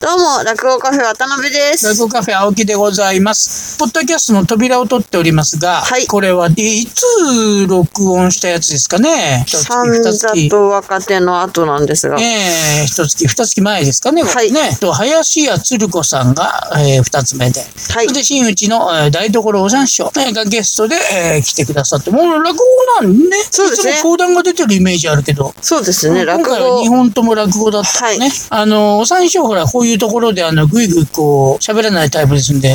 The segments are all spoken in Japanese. どうも、落語カフェ渡辺です。ライブカフェ青木でございます。ポッドキャストの扉を取っておりますが、はいこれはいつ録音したやつですかね一月三二座月。と若手の後なんですが、ええ一月、二月前ですかね、はいこれね。と、林家つる子さんが、えー二つ目で。はいそれで、新内の、えー台所お三師匠えーがゲストで、えー来てくださって、もう落語なんね。そうですねいつも講談が出てるイメージあるけど。そうですね、今落回は語2。本とも落語だったのはね。いあの、お三師匠ほら、こういうところで、あの、ぐいぐいこう、喋らないタイプです んで、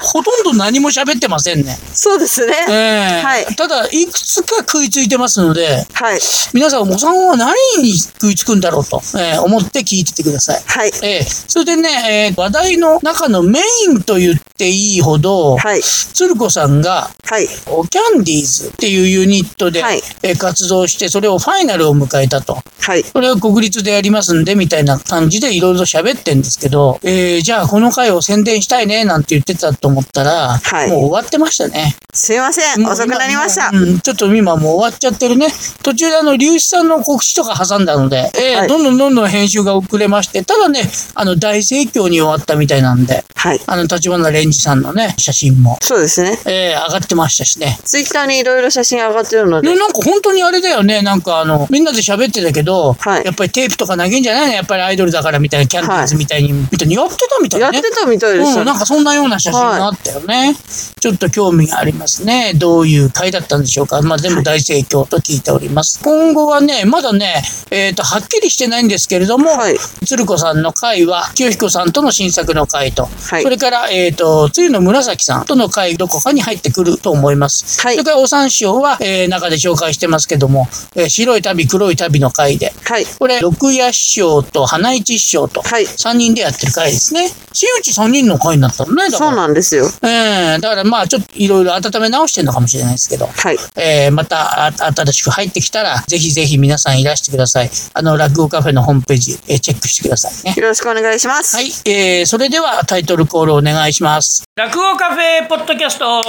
ほとんど何も喋ってませんね。そうですね。ええはいただ、いくつか食いついてますので、はい。皆さん、おさんは何に食いつくんだろうと、ええ思って聞いててください。はい。ええそれでね、ええ話題の中のメインと言っていいほど、はい。鶴子さんが、はい。キャンディーズっていうユニットで、はいええ活動して、それをファイナルを迎えたと。はい。これは国立でやりますんで、みたいな感じでいろいろ喋ってんですけど、えー、じゃあこの回を宣伝したいね、なんて言ってたと思ったら、はいもう終わってましたね。すいません、もう遅くなりました今。うん、ちょっと今もう終わっちゃってるね。途中であの、龍一さんの告知とか挟んだので、えーはいどんどんどんどん編集が遅れまして、ただね、あの、大盛況に終わったみたいなんで、はい。あの、立花蓮司さんのね、写真も、そうですね。えー、上がってましたしね。ツイッターにいろいろ写真上がってるのでね、、なんか本当にあれだよね。なんかあの、みんなで喋ってたけど、はいやっぱりテープとか投げんじゃないのやっぱりアイドルだからみたいな、キャンディーズみたいに、みたいにやってたみたいやなってね。たみたいですうよん、ねなん。かそんなような写真があったよね、ちょっと興味がありますね。どういう回だったんでしょうか。まあ全部大盛況と聞いております。今後はね、まだね、えっ、と、はっきりしてないんですけれども、はい鶴子さんの回は、清彦さんとの新作の回と、いそれから、えっ、と、つゆの紫さんとの回、どこかに入ってくると思います。はいそれから、お三師匠は、えー中で紹介してますけども、えー白い旅、黒い旅の回で、はい。これ、六夜師匠と花市師匠と、はい3人でやってる回ですね。新内3人の回になったのね、だかそうら。なんですよ。ええだからまあ、ちょっといろいろ温め直してるのかもしれないですけど。はい。えーまたあ新しく入ってきたら、ぜひぜひ皆さんいらしてください。あの、落語カフェのホームページ、えーチェックしてくださいね。よろしくお願いします。はい、えー、それではタイトルコールお願いします。落語カフェポッドキャスト。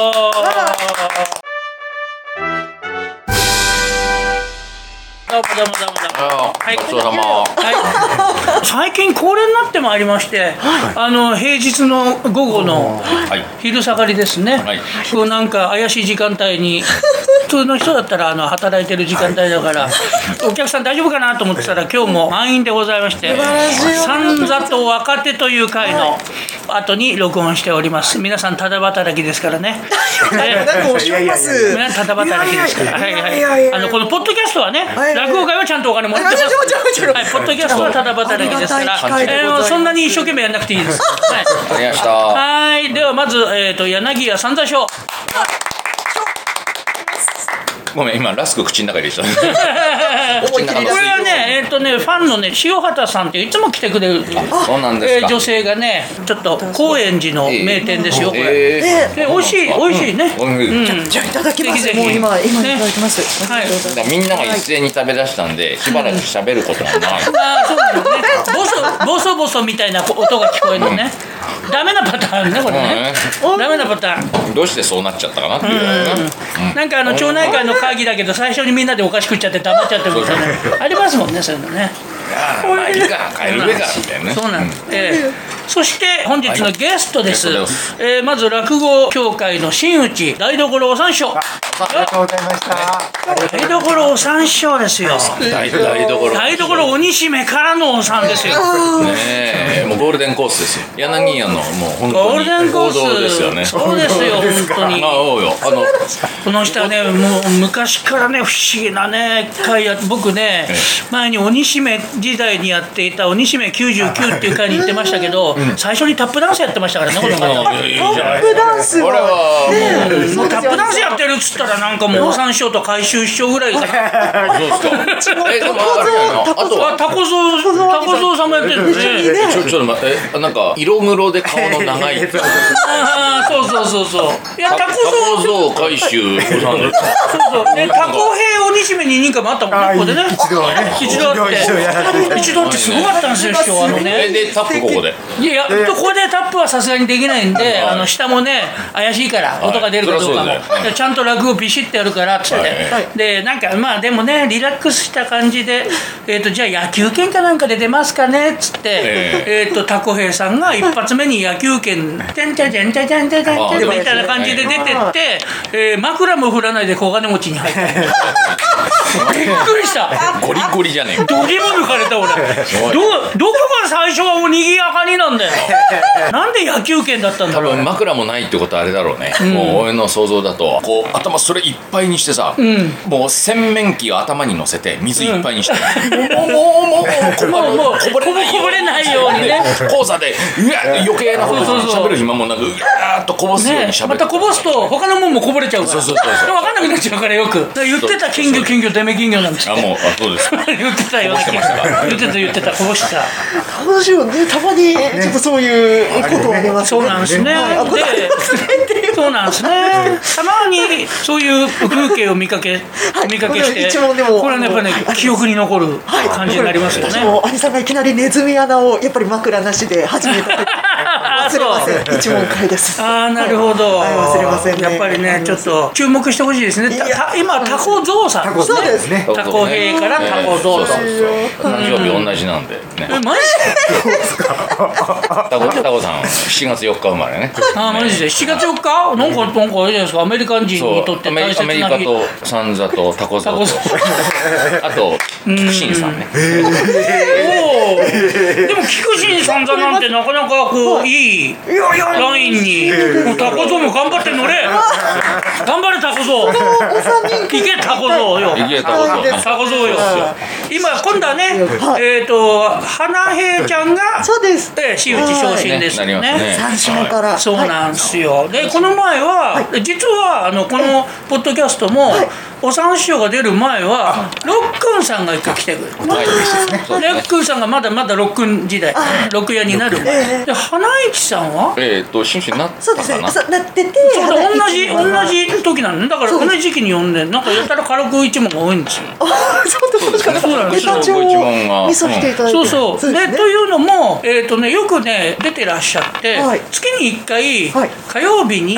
どうもどうもどうもどうも。あはいーごちそうさま。はい、最近恒例になってまいりまして、あの平日の午後のはい。昼下がりですね、はいこうなんか怪しい時間帯に 普通の人だったらあの働いてる時間帯だから、お客さん大丈夫かなと思ってたら今日も満員でございまして三座と若手という会の後に録音しております皆さんただ働きですからねねおっしゃいます。皆さんただ働きですからはいはいいやいやいやあのこのポッドキャストはねい落語会はちゃんとお金もらってますもちろんもちろんもちろんはいポッドキャストはただ働きですからありがたい機会でございえますーそんなに一生懸命やんなくていいですはいありがとうございました。はい、ではまず、えっ、と、柳家三座賞。ごめん、今ラスク口の中に入れちゃ った。口の中このれはね、えっ、とね、ファンのね、塩畑さんっていつも来てくれる。そうなんですえーか。女性がね、ちょっと高円寺の名店ですよ、これ。えで、美味しい、美味しいね。ーうんうんだかじゃあいただきます。ぜひぜもひう今今いただきます。はいありがとうございらみんなが一斉に食べ出したんで、しばらく喋ることがない。あーそうなのね。ボソ、ボソボソみたいな音が聞こえるのね。ダメなパターンね、これね。ダメなパターン。 どうしてそうなっちゃったかなっていうね。なんかあの町内会の会議だけど最初にみんなでお菓子食っちゃって黙っちゃってるみたいなありますもんねそういうのねあーまあいいか、帰るべかみたいなね。そうなんです、ええそして本日のゲストですはい、えーまず落語協会の新内台所お三章ありがとうございました。台所お三章ですようん台台所。台所鬼姫からのおさんですよねえ、もうゴールデンコースですよ。柳屋のもう本ゴー当ルにデンコ王ース道ですよね。そうですよ本当にまあ、おうよ。あの、この人はねもう昔からね不思議なね会や僕ねえ前に鬼姫時代にやっていた「鬼姫99」っていう会に行ってましたけど最初にタップダンスやってましたからねこの方あのいいじゃまなす。いタップダンスこれははもう、もうタップダンスやってるっつったらなんかもうお三師匠と海舟師匠ぐらいかなそうですか。え、でもあれやな。あとはあタコゾウタコゾウさんもやってるんですねちょちょっと待ってえなんか色黒で顔の長いタああそうそうそうそういやタコゾウコ像回収さんですかそうそうねタコ兵鬼姫に人回もあったもんねここでね一度はね一度あって一度やらせていただいて一度ってすごかったんですよ師匠あのねえでタップここでいいや、でここでタップはさすがにできないんで、いあの、下もね、怪しいから、い音が出るかどうかそりゃそうだも。よでちゃんと落語ビシッてやるから、つってはい。で、なんか、まあ、でもね、リラックスした感じで、えっと、じゃあ野球拳かなんかで出ますかね、つって、ええっと、タコヘイさんが一発目に野球拳、てんてんてんてんてんてんてんてんみたいな感じで出てって、えー枕も振らないで小金持ちに入った。びっくりした。ゴリゴリじゃねえかドリブル抜かれた俺ごいどどこが最初はおにぎやかになんだよなんで野球拳だったんだ多ろう分枕もないってことはあれだろうね、もう俺の想像だとこう頭それいっぱいにしてさ、もう洗面器を頭に乗せて水いっぱいにして、もうもうもうもうこぼもうもうこぼれないよこぼれないようにね講座でうわ余計なことそうそうそう喋る暇もなくうわーっとこぼすようにね喋る、またこぼすと他のもんもこぼれちゃうからそうそうそうそうでも分かんなくなっちゃうからよくだから言ってた金魚金魚デメ金魚なんてあもうあそうですか 言ってたよこぼしてましたか言ってた言ってたこぼしてた私もね、たまに、ちょっとそういうことありますそうなんですね。で、そうなんですね。たまにそういう風景を見かけ、お見かけして、一問でもこれはねやっぱねあの記憶に残る感じになりますよね私。も兄さんがいきなりネズミ穴をやっぱり枕なしで始めた時あ忘れません一問会ですああなるほ ど、はいはい忘れませんねやっぱりあねりちょまっすと注目してほしいですねたいやた今タコゾウさんですそうねですねタコ兵からタコゾウとそうそうそう誕生日同じなんでえねマジでタコタコさんは7月4日生ま れねあーマジで7月4日なんかなんかあれじゃないですかアメリカ人にとってアメ大リ切アメリなカ日とサンザとタコタザとコゾウあとシンさんねおーでも菊神さんだなんてなかなかこういいラインにもうタコゾウも頑張って乗れ頑張れタコゾウお三人いけタコゾウよいけタコゾウタコゾウよ今今度はねえっと花平ちゃんがそうですええ真打ち昇進ですよはいねなりますねね三島からそうはいなんですよ、でこの前は、実はあのこのポッドキャストも、お三師匠が出る前はロックンさんが一回来てくれてはいそロうッですねクンさんがまだまだロックン時代ロック屋になる前で花市さんはえっと新種になったそうですかねな朝なっててそうだ同じ花同一じ時なんだから同じ時期に呼んでなんかやたら軽く一問が多いんですよ問あそうですそうですそうですねそうなんですそうなんですネタ一問帳がを見させていただいてそうそうでですねというのも、えーとね、よくね出てらっしゃって、はい月に1回、はい火曜日に、え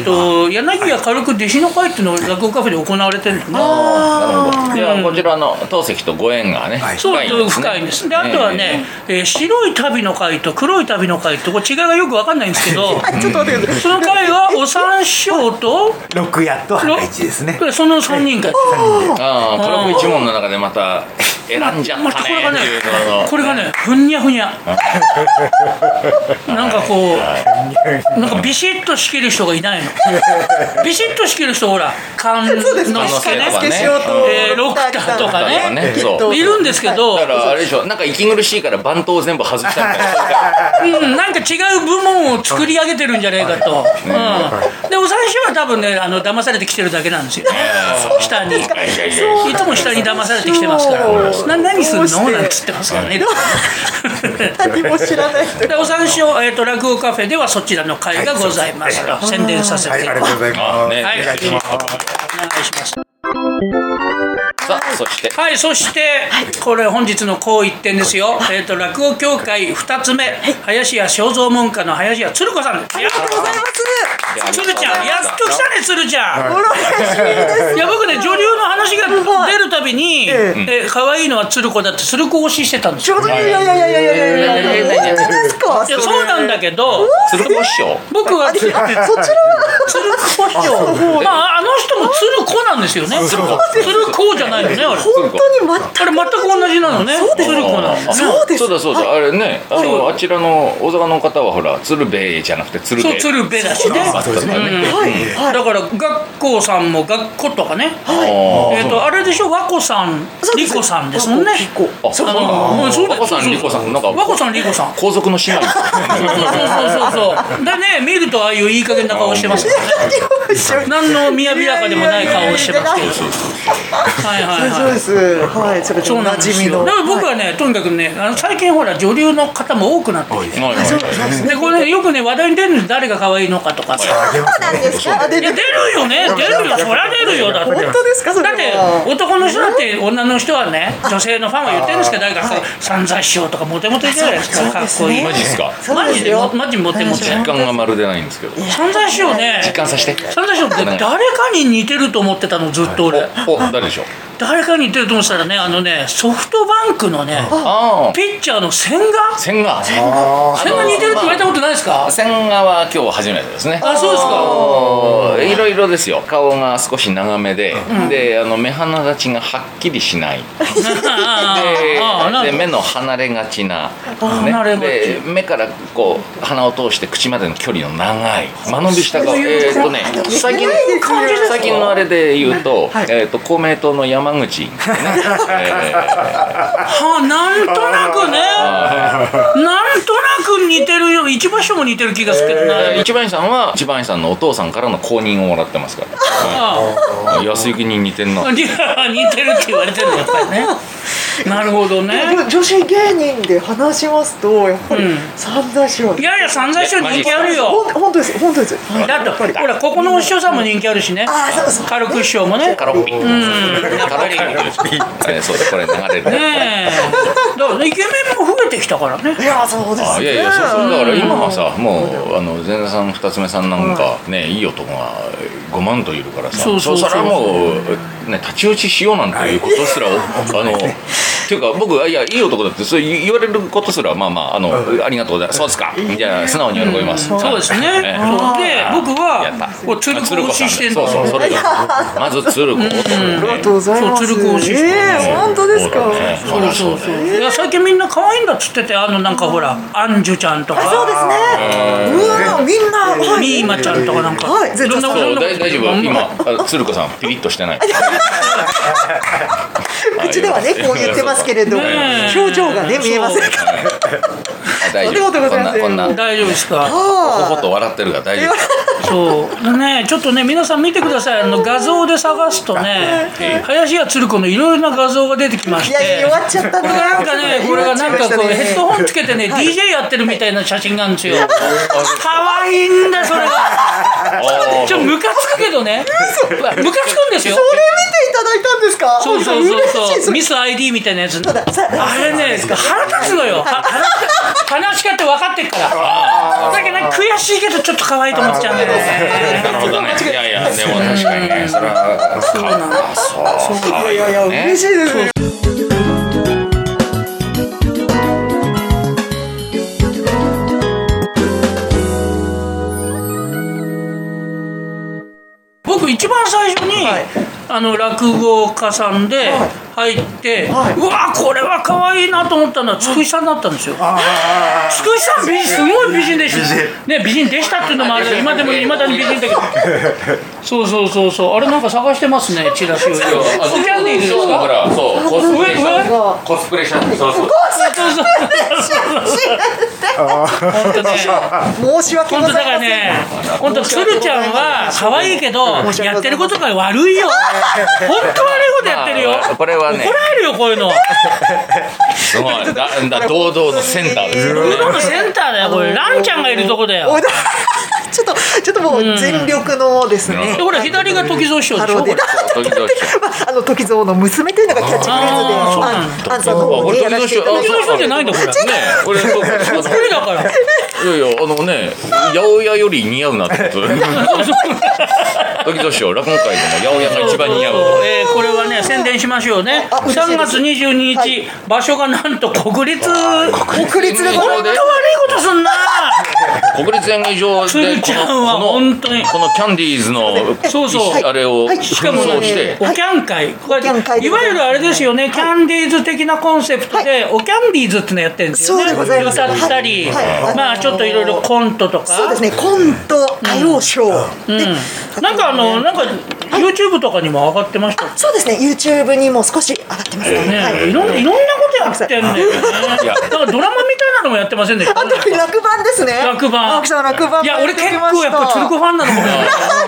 ー、と柳家軽く弟子の会っていうのを落語カフェで行われてるんですね。いやこちらの陶石とご縁がねそう深いんですね深いんです。で、あとはね、えー白い旅の会と黒い旅の会とこれ違いがよくわかんないんですけど、ちょっと待ってくださいその会はお三師匠と六夜と花一ですね。その3人会。ああこれも一問の中でまた選んじゃったねまたこれがねっていうののこれがねふにゃふに ゃなんかこうなんかビシッと仕切る人がいない のビシッと仕切る人ほら勘のそうですねしか勘のせいとかねねしようとえーロクターとかロクターとかねねきっとそういるんですけど、だからあれでしょなんか息苦しいから番頭全部外したみたいなそうか うん、なんか違う部門を作り上げてるんじゃないかと、うん、でお三師匠は多分ねあの騙されてきてるだけなんですよ 下にいいやいやいやつも下に騙されてきてますから「な何すんの?」なんつってますからね何も知らない人でお三師匠、えー、と落語カフェではそちらの会がございますと、宣伝させてはいい、たあだりきがます、とうございます。ねはいお願お願いいします。しますさあそしてはいそして、これ本日のこう一点ですよ、えー、と落語協会二つ目、林家正蔵門下の林家鶴子さんですいやありがとうございます鶴ちゃんやっと来たね鶴ちゃん、お久しぶりですいや僕ね女流の話が出るたびに、ええー可愛いのは鶴子だって鶴子推ししてたんですちよょうどいやいやいやいやいやいやいやいやいやいや本当ですかいやそうなんだけど鶴子師匠僕はそれ鶴あそちら鶴子師匠まああの人も鶴子なんですよね鶴子鶴子じゃないよねあれ本当に全くあれ全く同じなのね鶴子なのねそうですそうだそうだ、あれね、あの、あちらの大阪の方はほら、鶴瓶じゃなくて、鶴そう瓶。鶴瓶だしねあそうですね。はいはいだから学校さんも学校とかねあえっとあれでしょ和子さんそうで莉す子さんですもんね和子莉子あ、そうあなんだ。のうんそうだ和子さん、莉子さん、なんか。和子さん莉子さん皇族の姉妹。そうそうそうそう。でね、見るとああ いういい加減な顔してます。何を一緒に何のみやびやかでもない顔をしてますけど。はいはいそうはいです。はい、それでそおうななんでじすみよの。だから僕はねとにかくねあの最近ほら女流の方も多くなってきてはいはいでこれねよくね話題に出るんです誰が可愛いのかとかさそうなんですかいや出るよね出るよそりゃ出るよだって本当ですかそれだはって男の人だって女の人はね女性のファンは言ってるんですけど誰かこう散々しようとかモテモテじゃないですかかっこいいマジですかそうマでジすでよ。マジモテモテ時間がまるでないんですけど散々しようね時間さして散々しようって誰かに似てると思ってたのずっと俺おお誰でしょう誰かに似てると思ってたらねあのねソフトバンクのねああピッチャーの千賀千賀千賀似てるって言われたことないですか千賀は今日初めてですねあそうです かおいろいろですよ顔が少し長めで、であの目鼻立ちがはっきりしないあであああなんでか目の離れがちな、離れがちで目からこう鼻を通して口までの距離の長い間延びした顔えーっとね最近最近のあれで言うと,、えーっと公明党の山口、ね はあ、なんとなくねなんとなく似てるよ一場所も似てる気がするけどな、えー一番さんは一番さんのお父さんからの公認をもらってますからあはい安井に似てんなあ 似てるって言われてるのやっぱりねなるほど ね女女子芸人で話しますと、やっぱりうん散々しようい。やいや散々師匠人気あるよほん本当です、本当です。はいだってほらここのお師匠さんも人気あるしねあそうそう軽く師匠もねカロッピーうんやっぱりね えーそうだこれ流れるえだからねイケメンも増えてきたからねいや、そうですあね。いやいやそうそうだから今はさもうあの前座さん二つ目さんなんかねいい男が5万といるからさそうそうそうそらもうね立ち打ちしようなんていうことすらおあのっていうか僕いやいい男だってそう言われることすらまあまああのありがとうございますそうですかじゃあ素直に喜びますそうですねそうで僕やはったこう鶴子推ししてんだそうそうそれがまず鶴子とありがとうございます。そう鶴子推ししてええ本当ですか。そうだねそうそういや最近みんな可愛いんだっつっててあのなんかほらアンジュちゃんとかそうですね。うわ、みんな、はいミーマちゃんとかなんかはい、いろんなそう大大丈夫うん今あ鶴子さんピリッとしてない口ではね、こう言ってますけれども、ねえ表情がね、見えませんから。あ大丈夫そんなことございませんこんなこんな大丈夫ですかほほと笑ってるが大丈夫そうでねちょっとね皆さん見てくださいあの画像で探すとね林家鶴子のいろいろな画像が出てきましていやいや、弱っちゃったこれがなんかね、これが なんかこうヘッドホンつけてね、DJ やってるみたいな写真なんですよ。可愛いんだ、それが。あーちょ、ムカつくけどね。ムカつくんですよ。これ見ていただいたんですかそうそうそう嬉しいそ。そうれミス ID みたいなやつ。ださあれね、腹立つのよ。は腹立つ話し方って分かってっから。だけどね、悔しいけどちょっと可愛いと思っちゃうんだよね。なるほどねいやいやでも確かにねそれはそうかいやいや、嬉しいですね僕一番最初に、あの落語家さんで入って、はいうわこれは可愛いなと思ったのはつくしさんだったんですよ。つくしさん美人すごい美人でした。ね美人でしたっていうのもあれ今でも未だに美人だ けど。そうそうそうそうあれなんか探してますねチラシを。あのキャンディーズですそうほからそうコスプレした上上コスプレしたそうそうそうそう。本当ね。申し訳本ご当だざかいらませんね、本当つるちゃんは可愛いけど、やってることが悪いよ。本当悪いことやってるよ。まあこれはね怒られるよ、こう いうの。すごいだだ堂々のセンターですよねこのセンターだよ、これ、ランちゃんがいるとこだよお。だちょっとちょっともう全力のですねで、ほら、左が時蔵師匠でしょ。これ時々まあ、あの時蔵の娘というのがキャッチフレーズであああんさんの方にやらせていただ時いて蔵師匠じゃないんだ、これ。ね俺そうそうこれだから。いやいやあのね八百屋より似合うなってこと時々しよう落語界でも八百屋が一番似合うえーこれはね宣伝しましょうねあ嬉しいです3月22日、はい場所がなんと国立本国立でござい当ま悪いすことすんな国立演芸場つでるちゃんはこの本当にこのキャンディーズのそうそうあれをはいしかも扮装して ね、おキャン会、これおキャン会いでごわざいますゆるあれですよね、キャンディーズ的なコンセプトで、おキャンディーズってのやってるんですよね。そうでございます歌ったり、はいはいまあちょっといろいろコントとか。そうですねコント歌謡ショー、でなんかあの、なんか YouTube とかにも上がってました。そうですね YouTube にも少し上がってますね、はね、いいろんいろんなこと青木さんてんだよね。いやなんかドラマみたいなのもやってませんでしたあと落盤ですね落盤青木さん落盤いや俺結構やっぱ鶴子ファンなのか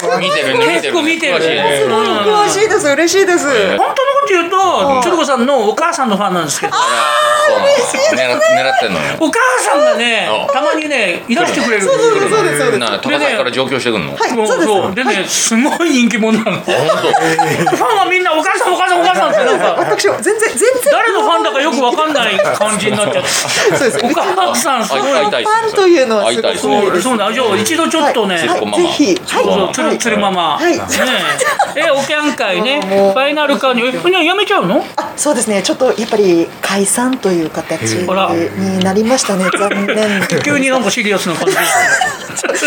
な見てるね結構見てる詳しいねすごい詳しいです嬉しいです本当のこと言うと鶴子さんのお母さんのファンなんですけどそうなの狙狙ってんのよお母さんがねうんたまにねいらしてくれるんそうですそうですそうですな高崎から上京してくんのはいもうそうですそうでねすごい人気者なのファン本はみんなお母さんお母さんお母さんってなんか私は全然全然誰のファンだかよくわかんない感じになっちゃってそうですお母さんすごい当会いたいですねファンというのはす会いごくたいですそねうそうなんじゃあ一度ちょっとね、は鶴い子ママぜひ鶴子ママそう鶴鶴ママ、はいねええおキャン会ねファイナルカーにえふにゃやめちゃうのあそうですねちょっとやっぱり解散という形あらになりましたね残念 急になんかシリアスな感じ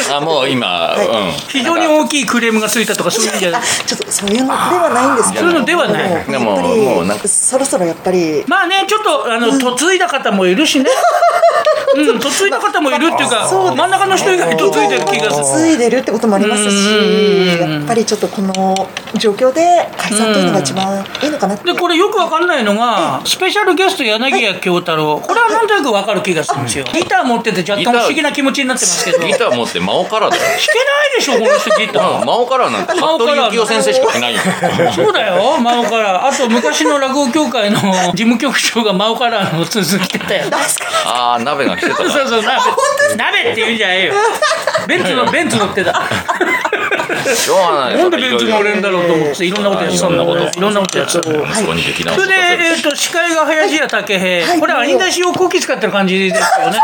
当あもう今うん非常に大きいクレームがついたとかそういうんじゃなあいちょっとそういうのではないんですけどそういうのではないでやもっぱもうなんりかそろそろやっぱりまあねちょっとあの嫁いだ方もいるしねうん嫁いだ方もいるっていうかそうです真ん中の人以外嫁いでる気がするついでるってこともありますしやっぱりちょっとこの状況で解散というのが一番いいのかなってでこれよくわかんないのがスペシャルゲスト柳家京太郎これはなんとなくわかる気がするんですよギター持ってて若干不思議な気持ちになってますけど弾ギけないター持って真央カラーだよでしょこの人ギターうん真央カラーなんて服部幸雄先生しかいないよそうだよ、真央カラー。あと、昔の落語協会の 事務局長が真央カラーの続きてたよ。ああ鍋が来てたそうなそうそう、鍋。鍋って言うんじゃねえよ。ベンツの、ベンツ乗ってた。しょうがな いなんでベンツ乗れんだろうと思って、いろんなことやってたんだいろんなこといろんなことやってた。息子に劇団をそれで、えっと、司会が林家武平。これ、兄出しをこき使ってる感じです よね。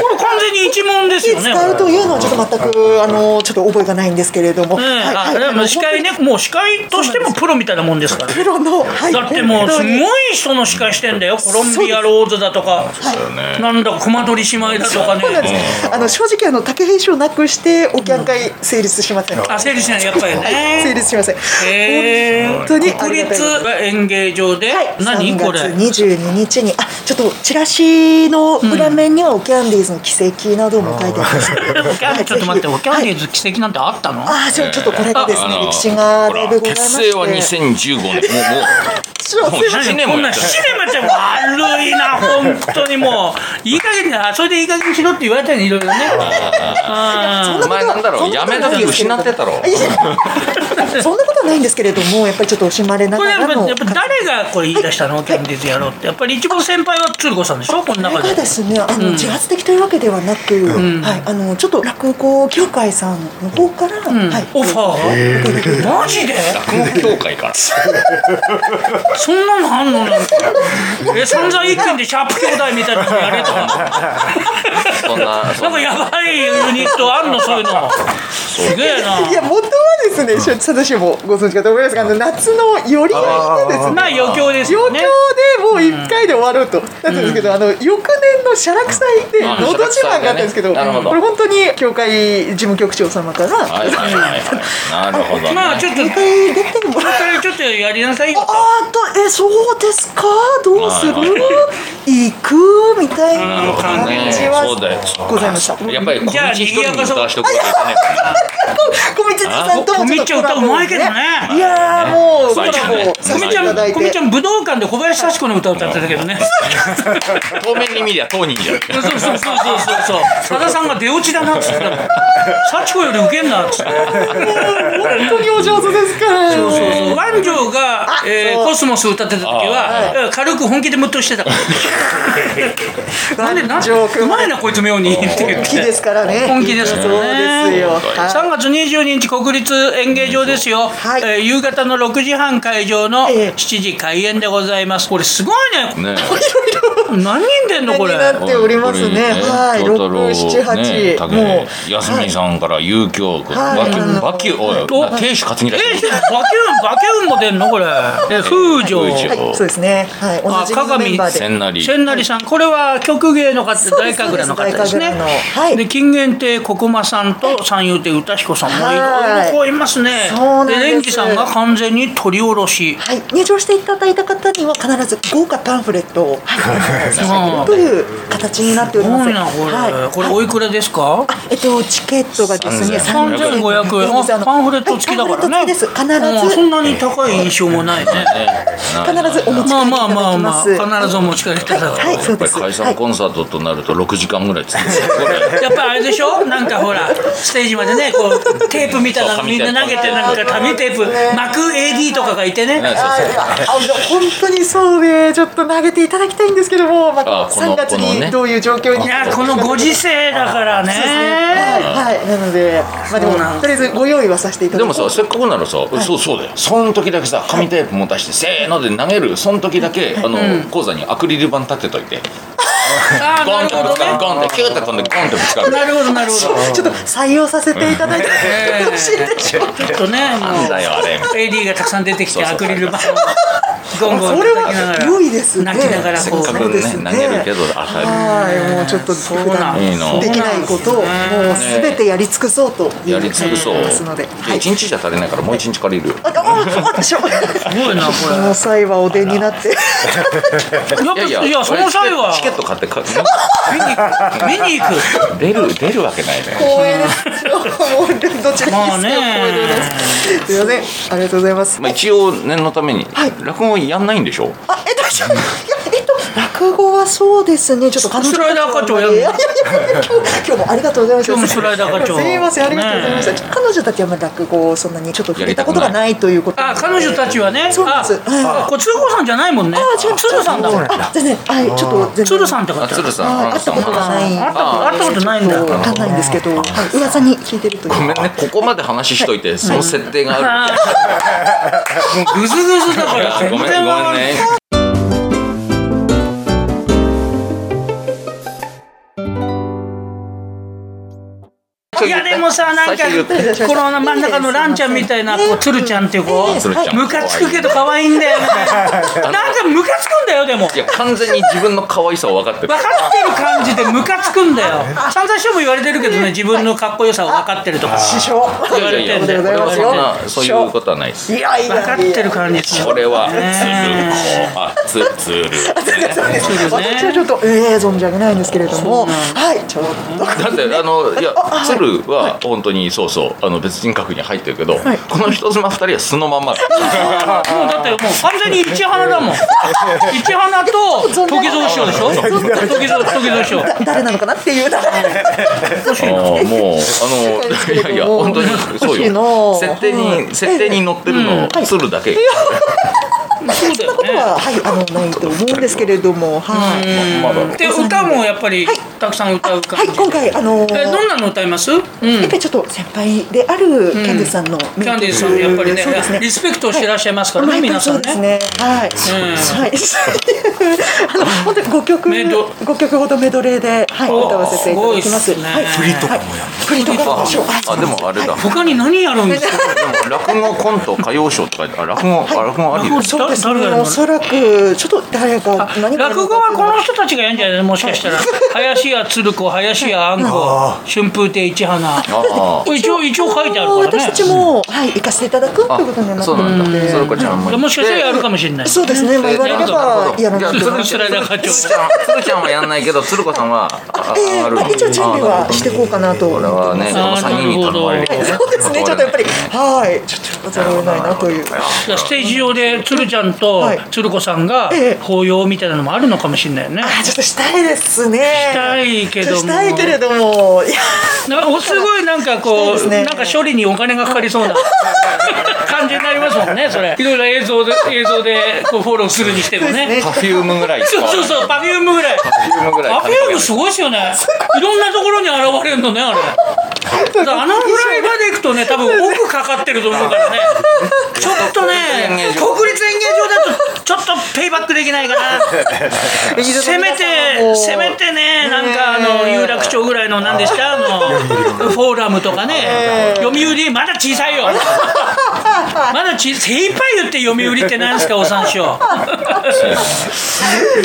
これ、完全に一問ですよね。使うというのはちょっと全くあのちょっと覚えがないんですけれども、うん、はいあはいであもの司会ね、もう司会としてもプロみたいなもんですから。プロの、は いだってもうすごい人の司会してんだよコロンビアローズだとかなんだか熊取姉妹だとかねそうなんです。あの正直あの竹編集をなくしておキャン会成立しません。あ整理しないやっぱり成ね立しません。へー本当にあ国りが立たいです。演芸場ではい、何これ3月22日にあちょっとチラシの裏面にはおキャンディーズの奇跡なども書いてあります。おキャンディちょっと待ってはいおキャンディーズ奇跡なんてあったのあじゃあちょっとこれがですねあの歴史がほだいらぶございま結して。成は2015年もうもちょっともうすいません7年こもんやなってシネマちゃん悪いな本当にもういい加減にあそれでいい加減にしろって言われたよねいろいろねたそんなおことは前なんだろそうんなやことめたはない時ですけれ失どってたろいやそんなことはないんですけれどもやっぱりちょっと惜しまれなこがれやっらぱのやっぱ誰がこれ言い出したのキャンディーズやろうってやっぱり一番先輩は鶴子さんでしょこのこ中れがでですね、あの、自発的というわけではなく、はい、あの、ちょっと落語協会さんの方から、はい。オファーがマジで落語協会からそんなのあんのなんかえ散々一軒でシャープ兄弟みたいなのやれとかそんなそなんんかなやばいユニットあんのそういうのすげえいなや、元はですね、しょ佐藤氏もご存知かと思いますが、あの、夏のよりのですね。まあ余興です状よ況ねでもう一回で終わろうと、だったんですけど、あの翌年の写楽祭であ「のど自慢」があったんですけど,、写楽祭ねなるほどこれ本当に協会事務局長様から「はいはいはいはいなるほどねまあちょっと一回出てもらってちょっとやりなさいよあーとえそうですかどうするはいは行くみたいな感ねじそうだよはございましたやっぱり小道一人に歌わしておくわけですねコミちゃんさんともちょっとココミちゃん歌ラボうまいけどねいやーもうまコあラボさこせみていちゃただんいこみちてゃん武道館で小林幸子の歌を歌ってたけどね当面に見りゃ当人じゃんそうそうそうそうそうそう。さださんが出落ちだなっつってたもん。幸子よりウケんなっつって。本当にお上手ですからそうそうそう。万丈が、えーそうコスモス歌ってた時は、うん軽く本気でムッとしてたから。なんでなんジョークうまいなこいつ妙にって言って。本気ですからね本気ですからねそうですよ3月22日国立演芸場ですよ、はいえー夕方の6時半会場のええ7時開演でございますこれすごいねね何人出んのここれれになっておりますねはい六七八もうう安住さんから有京君はいバキュンバキュンおいおな亭主担ぎ出えしー、バキュてンバキュンも出んのこれえー風情、風情はいそうですねはい同あじメンバーで千成千成さん、これは曲芸の方、そうで大す神楽の方ですね大神楽の。はいで、金源亭ここまさんと三遊亭歌彦さんもいろいろこういますね。そうなんです蓮司さんが完全に取り下ろし。はい入場していただいた方には必ず豪華パンフレットをはいという形になっておりすまごす。いなこれ、はいこれおいくらですかえっと、チケットがですね、三千五百円あパンフレット付きだからね、はいパンフレット付きでうんす。そ必んなに高い印象もないねず、必ずお持ち帰まありいただきまあまあま。ますあ必ずお持ち帰りいただく、はい、そうやっです。ぱり解は散いコンサートとなると6時間ぐらいつってます よこれやっぱりあれでしょなんかほらステージまでねこうテープみたいなのみんな投げてなんか紙テープ巻く AD とかがいてねねそうそうあの本当にそうで、ちょっと投げていただきたいんですけども、まあたこの3月このねにどういう状況に。いやこのご時世だからねはい、なので、まあ、でもそうなん、とりあえずご用意はさせていたでだきもまさす。せっかくならさ、そうそうだよその時だけさ紙テープ持たしてせーので投げるその時だけあの、講座にアクリル板立てといてああゴンなってるほどぶつかるねゴンってキューって飛んでゴンってぶつかるなるほどなるほどちょっと採用させていただいてよろしいでしょうか。ちょっとねもなんうだよあれ AD がたくさん出てきそうてそうアクリル板をゴンゴンそれ叩きながはら良いですね。泣きながらせこっうかくそうねですね投げるけど当たるはい、もうちょっと普そうなん段いいのできないことをもうすべてやり尽くそうというやり尽くそう。感でじです一ので、はい。日じゃ足りないからもう一日借りるよ。あ、あ、あ、しょう。すごいなこれもう最後はお出になって。やっぱいやその際はチケット買って か見に行く出る出るわけないね。光栄です。 もうどちらにまあせよ光栄でございまねす。すいません、ありがとうございます。まあ一応念のためにはい落語やんないんでしょ。あ、えっと、いやえっと、落語はそうですね、ちょっとスライダー課長やるのいやいやいや今日、今日もありがとうございました。今日もスライダー課長すみません、ありがとうございました。ね彼女たちはまあ落語をそんなにちょっと触れたことやがりたくないということなあので。彼女たちはねそうなんです。はいあこれ鶴子さんじゃないもんねあ、違う、鶴さんだもんあ、全然、はい、ちょっと全然。鶴さんってあ方鶴さん、はい会花ったさんことがない。会ったこと会ったことないんだわかんないんですけど、はい、噂に聞いてるという。ごめんねここまで話しといてその設定がああーもうグズグズだからる。全ごめん然わごかんめんないね。いやでもさなんか最初言っこての真ん中のランちゃんみたいなこう鶴ちゃんっていう子鶴ちゃんムカつくけど可愛いんだよねなんかムカつくんだよでもいや完全に自分の可愛さを分かってる分。かってる感じでムカつくんだよ散々師匠も言われてるけどね自分のかっこよさを分かってるとか師匠。いやいやいや言われてんだよ俺はそんなそういうことはないです。いやいやいや。分かってる感じするこれはね鶴子あつ鶴私はちょっと、ええ存じ上げないんですけれども、はい、ちょっと。だってあのいや鶴は本当にそうそうあの別人格に入ってるけど、はいこの人妻二人は素のまんまだもうだってもう完全に市花だもん市花と時蔵師匠でしょ時蔵時蔵師匠 誰なのかなっていう。あーもうあのいやいや本当にそう欲しいなよあ設定に設定に載ってるの鶴だけ、そうだよことねは、はい、あの、ないと思うんですけれども、はい。まだで歌もやっぱりたくさん歌う感はい、じ今回、あのえどんなの歌いますうんやっぱりちょっと先輩であるキャンディーさんの、キャンディーズさんやっぱりねそうですねリスペクトをしてらっしゃいますからね毎皆回さそうんですねね。はい。はい。 あの本当に五曲メド五曲ほどメドレーで、はい、おー歌わせていただきます。すごいっすねはい。振りとかもやる。振りとかもしよう。あでもあれだ、他に何やるんですかでも落語コント歌謡ショーって書いてあ落語、あ落語あり落語ですそうです誰がね。やるのおそらくちょっと誰が何が落語はこの人たちがやるんじゃないもしかしたら林家鶴子林家あんこ春風亭一花あー一応一応書いてあのるか私らたねちも、はい行かせていただくってことになってあるそうなんだ鶴子ちゃんももしかしたらやるかもしれないそうですね。まあ言われればやらなくてじゃもあスライダー課長鶴ちゃん鶴ちゃんはやんないけど鶴子さんはあええ上がるまあ、一応準備はしていこうかなと。これはね、こあーの三人に頼まれるなるそうですね。ちょっとやっぱり、はい、ちょっと衰えないなという。だからステージ上で鶴ちゃんとはい鶴子さんがええ抱擁みたいなのもあるのかもしれないよね。あ、ちょっとしたいですね。したいけどもしたいけれども、いや、なんかおすごいなんかこそうう、ですねなんか処理にお金がかかり そうな感じになりますもんねそれいろいろ映像で映像でこうフォローするにしてもね パフュームぐらい使そうわそうないそうパフュームぐらいパフュームぐらいパフュームすごいですよねいろんなところに現れるのねあれだからあのぐらいまでいくとね多分奥かかってると思うからねちょっとね国立演芸場だとちょっとペイバックできないかなせめてせめてねなんかあの有楽町ぐらいの何でしたあのフォーラムとかね読売まだ小さいよまだ小精一杯言って読売って何ですかお三章い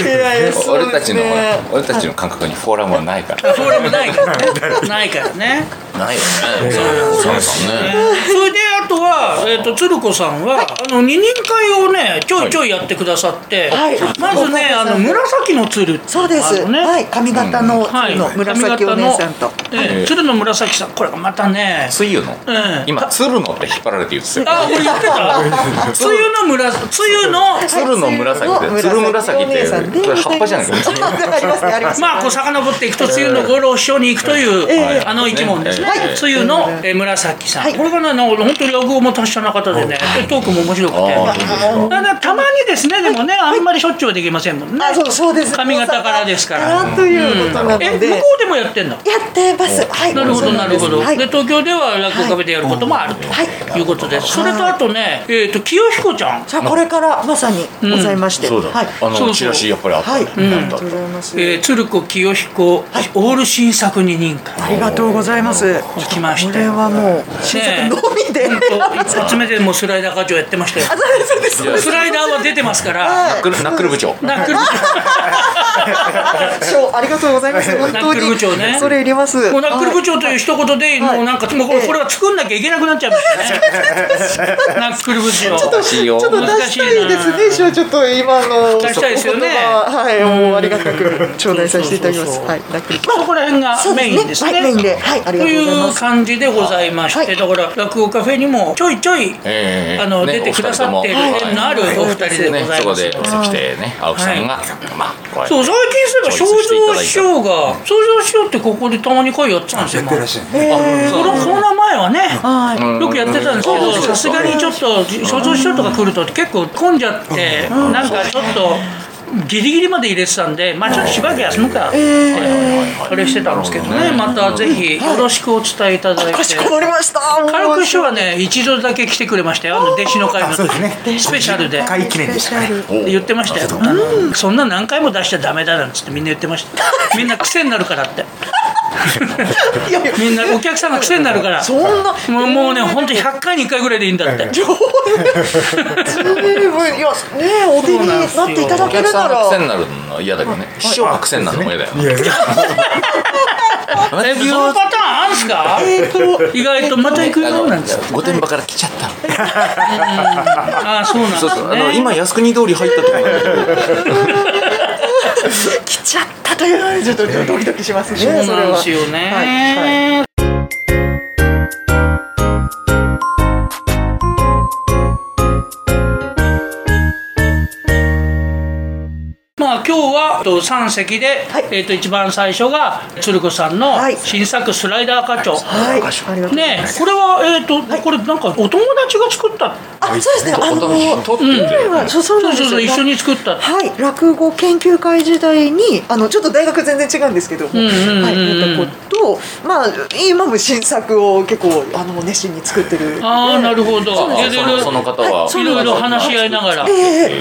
やいや、そう俺でたすちのほね ら。俺たちの感覚にフォーラムはないからフォーラムないからねないからねないよね。そうそうさんね。それであとは、えー、と鶴子さんは、あの二人会をねちょいちょいやってくださって、はいまずねあの紫の鶴っていそうです。のがあるのね、はい、髪型の、はい、の紫お姉さんと。髪型のええ鶴の紫さんこれがまたねつゆの、ええ今鶴のって引っ張られて言ってたよあ俺言って たつゆの紫つゆの鶴の紫ってはい鶴紫ってこれ葉っぱじゃないかそうありますねありますねまあこう遡っていくと梅雨の五郎師匠に行くという、ええあの生き物ですね、はい梅雨の、えー紫さん、はいこれがねなんか本当に落語も達者な方でね、でトークも面白くてああそうですかただたまにですねでもねあんまりしょっちゅうはできませんもんね、あ、そう、そうです。髪型からですからということなので。えや向っこうでもやってんだてます。はい。なるほそどうなんるですほど、はいで。東京では落語カフェでやることもあると、はいい、うことですそれとあとねえっ、と清彦ちゃんさあ、これからまさにございまして。そうだ、はい。あそうそのうチラシやっぱりあった、はい。ありなんだがとうございます。えー、鶴子清彦、オール新作二人会ありがとうございます。行きましこてれはもう新作のみで。 一発目でもうスライダー課長やってましたよそうです。スライダーは出てますからナックルナックル部長ナックル賞ありがとうございます。本当ナックルに。部長ねそれ入れます。もうナックル部長という一言で、はいもうなんかもうこれこれは作んなきゃいけなくなっちゃいましたねナックル部長しいよちょっと出したいですね、一応ちょっと今の出したいですよねお言葉ははい、もうありがたく頂戴させていただきます。そうそうそうそうはい、ラッキーまあここら辺がそうメですねインですねはいメインではいありがとうございますという感じでございまして、はいだから落語カフェにもちょいちょい、ええあのね出てくださっているお二人縁とものあるお二人でございそまこす、でそしてね青木さんが、まあこうやってそう最近そういえば正蔵師匠が正蔵師匠ってここでたまに会やってたんですよやってらっしゃるね。そのコロナ前はね、はよくやってたんですけうどんそうそうさすがにちょっと所蔵師匠とか来ると結構混んじゃってなんかちょっとギリギリまで入れてたんでまあちょっとしばらく休むかあれしてたんですけどねまたぜひよろしくお伝えいただいい。かてしこまりました。軽く師匠はね一度だけ来てくれましたよあの弟子の会あ、のそうです時ね。スペシャルで50回記念でしたね。言ってましたよ、うんそんな何回も出しちゃダメだなんつってみんな言ってましたみんな癖になるからっていやいやみんなお客さんが癖になるからそんな。もうもうね本当100回に1回ぐらいでいいんだって十分いやねお手になっていただおけ客るさなんがら癖になるのは嫌だけどね師匠が癖になるのも嫌だよ いやいやえそのパターンあるんすかえっと意外とまた行くあようなんのですよ御殿場から来ちゃったのああそうなんですそうそうあのね今靖国通り入ったところなんだけど来ちゃったというのはちょっとドキドキしますね。それそうなんでは。すよね、はいはいまあ今日はえっと三席で、はいえっと一番最初が鶴子さんのはい新作スライダー課長、はい、ありがとうございねます。これはえっ、と、これなんかお友達が作ったあ、そうですね。あの、撮っててうんそうそうなんそうですそうよそう一緒に作ったはい、落語研究会時代にあのちょっと大学全然違うんですけども、んうんうんはい、やったこと、まあ今も新作を結構あの熱心に作ってる。ああなるほどあでそのその方は、はいろいろ話し合いながらえ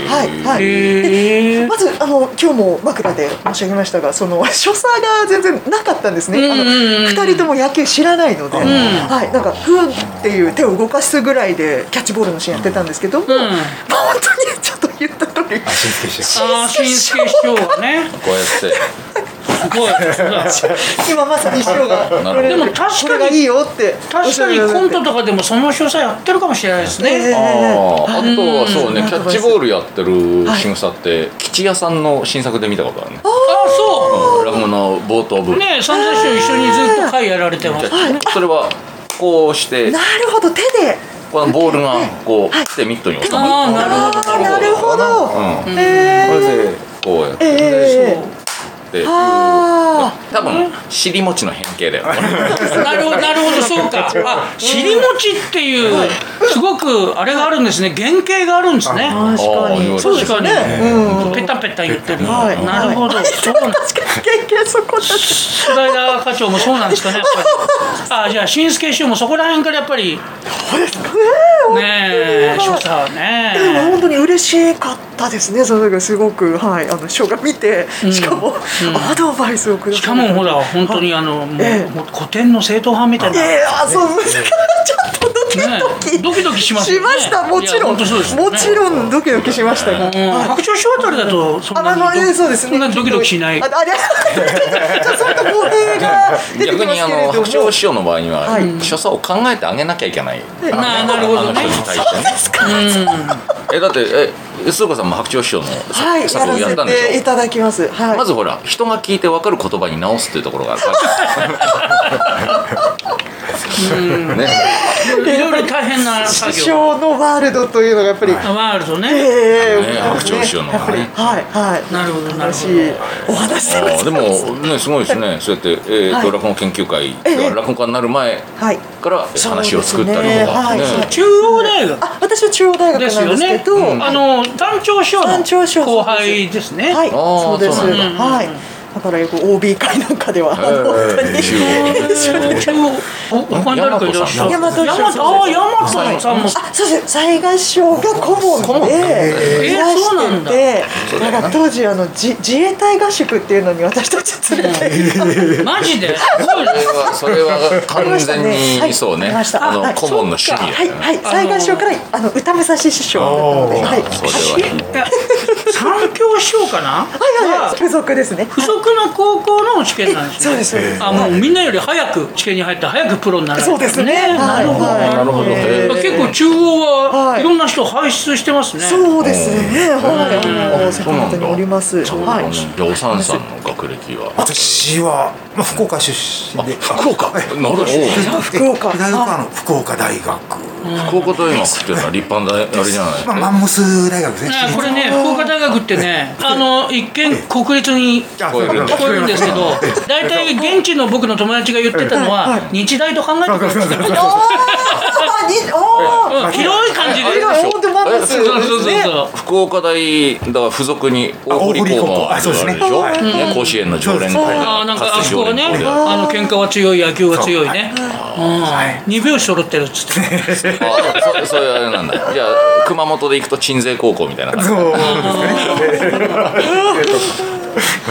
えはいはい。へえでまずあの今日も枕で申し上げましたがその所作が全然なかったんですね、うんうんうんあの2人とも野球知らないので、はい、なんか「ふん」っていう手を動かすぐらいでキャッチボールのシーンやってたんですけども、まあ、本当にちょっと言った通りあ、新助師匠。ああ新助師匠がねこうやってすごい今まさに師匠がなるほどこ れでも確かにこれがいいよって確かにおっしゃコるントとかでもその所作やってるかもしれないですね、ええあああとはそうねうんキャッチボールやってる仕草って吉屋さんの新作で見たことあるねああそラムの冒頭部う分ね三助師匠一緒にずっと会やられてますそれはこうしてなるほど手でこのボールがこう手ミットに収まああるなるほどあーなるほうどんえこれでこうやってえええであ多分尻餅の変形だよなるほどなるほどそうかあ尻餅っていうすごくあれがあるんですね原型があるんですねあ確かに確かにうんペタペタ言ってるはいなるほどはいそうなん確かに経験そこだっスライダー課長もそうなんですかねやっ ぱりあじゃあ新助師匠もそこら辺からやっぱりねえ所作はねたでも本当に嬉しかったですねその時はすごくはいあの書が見てしかもアドバイスをくだしさかもほら本当にああのもうええもう古典の正統派みたいいなやいやそう難しいちょっとどっキドキ、ねドキドキしますよしねましたもちいやろん、本当そうですよねもちろんドキドキしましたが、うん白鳥ショートルだとそんあなまあにまあえーそうですねそんなにドキドキしないああれ ちょっとその語弊が出てき逆ますにあけれのども白鳥師匠の場合には、はい所作を考えてあげなきゃいけない、ななるほどねあの人に対してねえだってえ鈴子さんも白鳥師匠の作,、はいや作をやったらんでせてしいただきますはょいまずほら人が聞いて分かる言葉に直すっていうところがあるからねいろいろ大変な作師業匠のワールドというのがやっぱり、ワールドえねえね白鳥師匠のやっぱりね はいはいなるほどなるほど素晴らしいお話でございまあすーでもねすごいですねそうやって、えーとはい落語研究会ええが落語家になる前はいからそうです話ねを作ったりとか、はいね中央大学あ私は中央大学なんですよですけねど、あの団長師匠団長師匠の後輩ですねはい、あーそうです。そうなんだはい。だからよく OB 会なんかでは、あの本当に中 央一緒に中央お他に誰かいらっしゃる大和大さん和あー大和さんさんもあ、そうです。災害省が顧問でいえーらそうなんしだてて、だから当時あのじ自衛隊合宿っていうのに私たち連れて行かれマ ジですごいねそれは完ましたね。全はいにそうね、行きましたあのはい顧問の趣味やはいね、はい。災害省からあの歌武蔵師匠だったので、はい。それはねいや三教師匠かなはいはいはい。が付属ですね。付属の高校の試験なんですそうねですそうです。あもうみんなより早く試験に入って早くプロになられたそうですね。なるほどはいなるほほどへどー結構中央ははいいろんな人輩出してますねそうですね。はい。もうそう坂なん本だにおります。そうはないんだ。じゃあおさんさんの学歴は私は、まあ、福岡出身で。福岡なるほど福岡船岡の福岡大学。福岡大学っていうのは立派なあれじゃないまあ、マンモス大学ですね。ねこれね福岡大学ってねあの一見国立にあこういうの聞こえるんですけど大体現地の僕の友達が言ってたのは日大と考えてくださいおーにおーうん広い感じで広い本当マンモスそうそうそうねそう福岡大だから付属に大堀高校あるでしょ、ね、甲子園の常連校あーなんかあかつてそこ常はね連校でああの喧嘩は強い野球は強いねうん二拍子揃ってるっつってそそういうあれなんだじゃあ熊本で行くと鎮西高校みたいな感そう。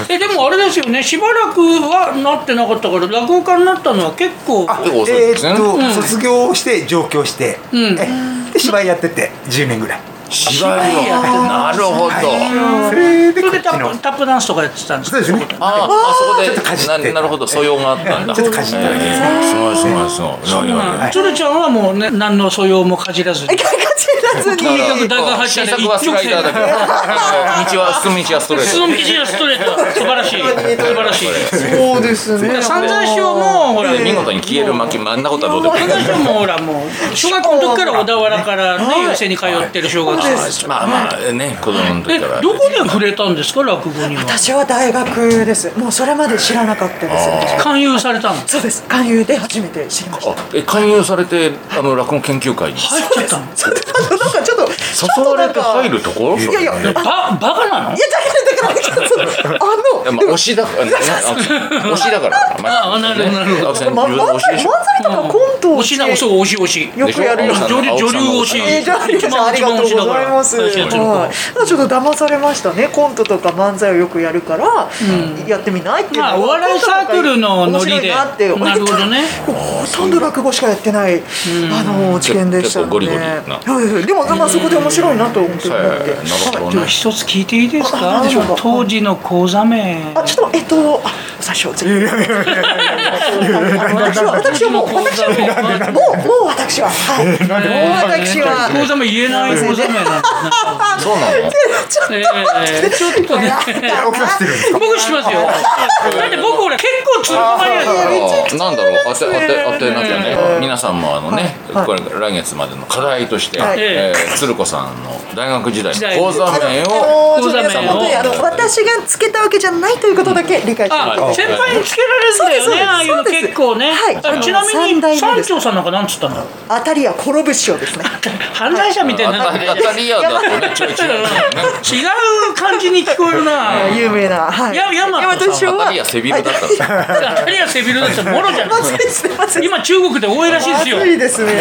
えでもあれですよねしばらくはなってなかったから落語家になったのは結構あ結構遅いえでーすねっと、卒業して、上京して。んえで、芝居やってて、10年ぐらい。じ芝居をなるほどそれで、そこれっでちタッのプ。タップダンスとかやってたんですそうですね。ああそこでちょっとかじってななるほど素養があったんだちょっとかじってえーすごいすごいすごいいやいやいやつるちゃんはもうね何の素養もかじらずにガチらずにだかとらにかく大学入ったら新作はスライダーだけど道は進む道はストレそーの記事はストレート素晴ら しい素晴らしいそうですね散々師匠もほらト見事に消える巻きあんなことはどうでもいい散々師匠もほらもう小学校の時から小田原からね寄席に通ってる小学そうで生すまあまあね子供のえ時からどこで触れたんですか落語には私は大学ですもうそれまで知らなかったです勧誘されたのそうです勧誘で初めて知りましたあえ勧誘されてあの落語研究会に入っちゃったのそうですあの なんかちょっと誘われて入るところいやいやあいやババカなのだからだからそのいやあのまあ推しだからね推しだからああなるほどなるほど青木さんま自分の推漫しで才漫しょ才とかコントを推ししなてそう推し推しよくやるよでしょ女流女流推しえー、じゃあ、りょうちゃんありがとうございます。一番推しだからはい、ただちょっと騙されましたね。コントとか漫才をよくやるから、やってみないっていうのまがあお笑いサークルのノリで面白いなって思ってなるほどねほとんど落語しかやってない、あの知見でしたの結構でゴリゴリなはいはいでも、まあ、そこで面白いなと本当に思っはて、いなるほでどもね一つ聞いていいですかあ何でしょうか当時の講座名あちょっとえっとあ最初次私は私はもう私はもうもうもう私ははいもう私は講座名言えない講座名なんですねそうなのちょっとええちょっとね起きましてるんですか僕しますよだって僕俺結構つるまりやだかでらなんだろう当て当て当てなきゃね皆さんもあのねこれ来月までの課題としてはいえー鶴子さんの大学時代の講座名あをの講座名を皆さん本当にあの私がつけたわけじゃないということだけ理解してもらってあ先輩につけられるんだよそうねですああいうの結構ねそうですはいあちなみ三に代目で三す長さんなんかなんつったの当たりは転ぶ師匠ですね犯罪者みたいにな当んたてりない当たり屋だとねちょいちょいね違う感じに聞こえるな有名なはいや大和さん大和師匠当はたり屋背広だったんですよ当たりは背広だったももろじゃないまずいすいません今中国で多いらしいですよまずいですね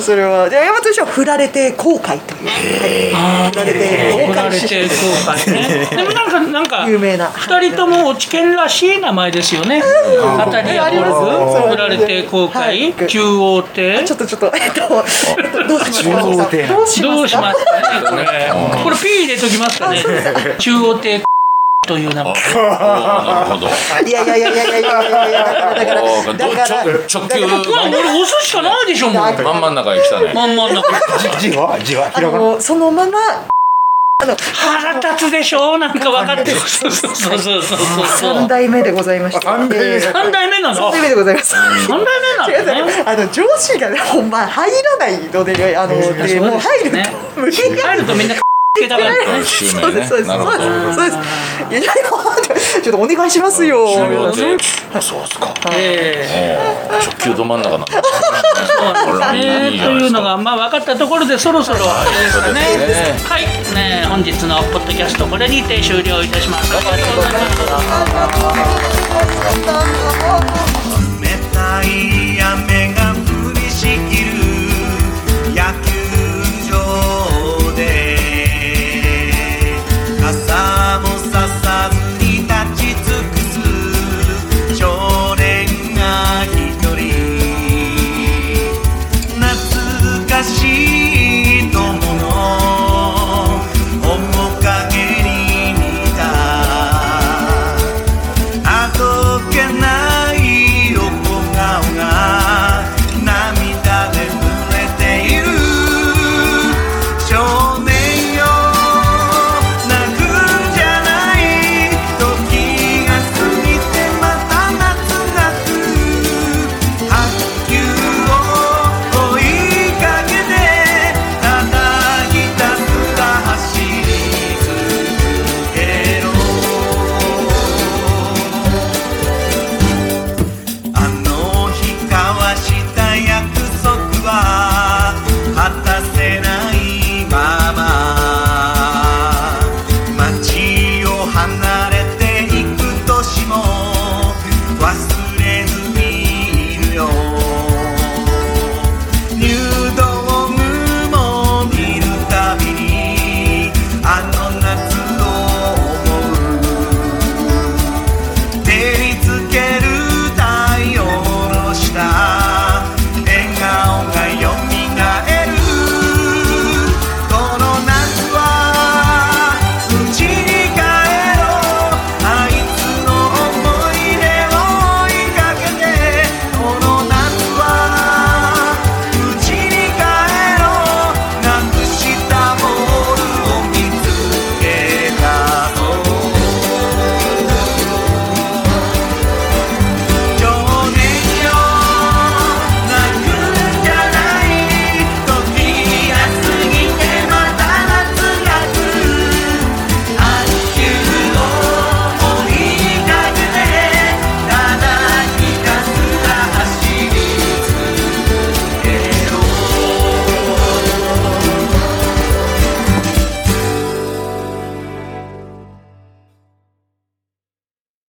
それはで大和書は振られて後悔というあー振られて送後ら悔れして後悔 ねでもなんかなんか有名な2人とも落ち研らしい名前ですよね当たりやゴルフあります送られて後は悔い中央亭ちょっとちょっとえっとえっとどうしますか中央亭どうしどうますしかますかねこれこれ P 入れときますかね中央亭という名前なるほど。いやいやいやいやいやいやいやだからだからだから直直球これ俺押すしかないでしょもうまんまん中へ来たね。まんまん中じ字は字はあひらがなのそのままあの腹立つでしょなんか分かってるそうそうそうそうそうそ三う代目でございました三代目えー3代目なの三あ代目でございます三代違う目なのね違うあの上司がねほんま入らないのであのでもう入ると無理や入りるとみんな けたがるそう襲そうで名すそうね。ですなるほど。そうですいやいやちょっとお願いしますよ中央亭。そうっすか。ええおー直球ど真ん中なんだ。そうなんですねいいじゃとないいでうすかのがまあ分かったところでそろそろあれですかねそうですねはいねえ本日のポッドキャストこれにて終了いたしますありがとうございますありがとうございました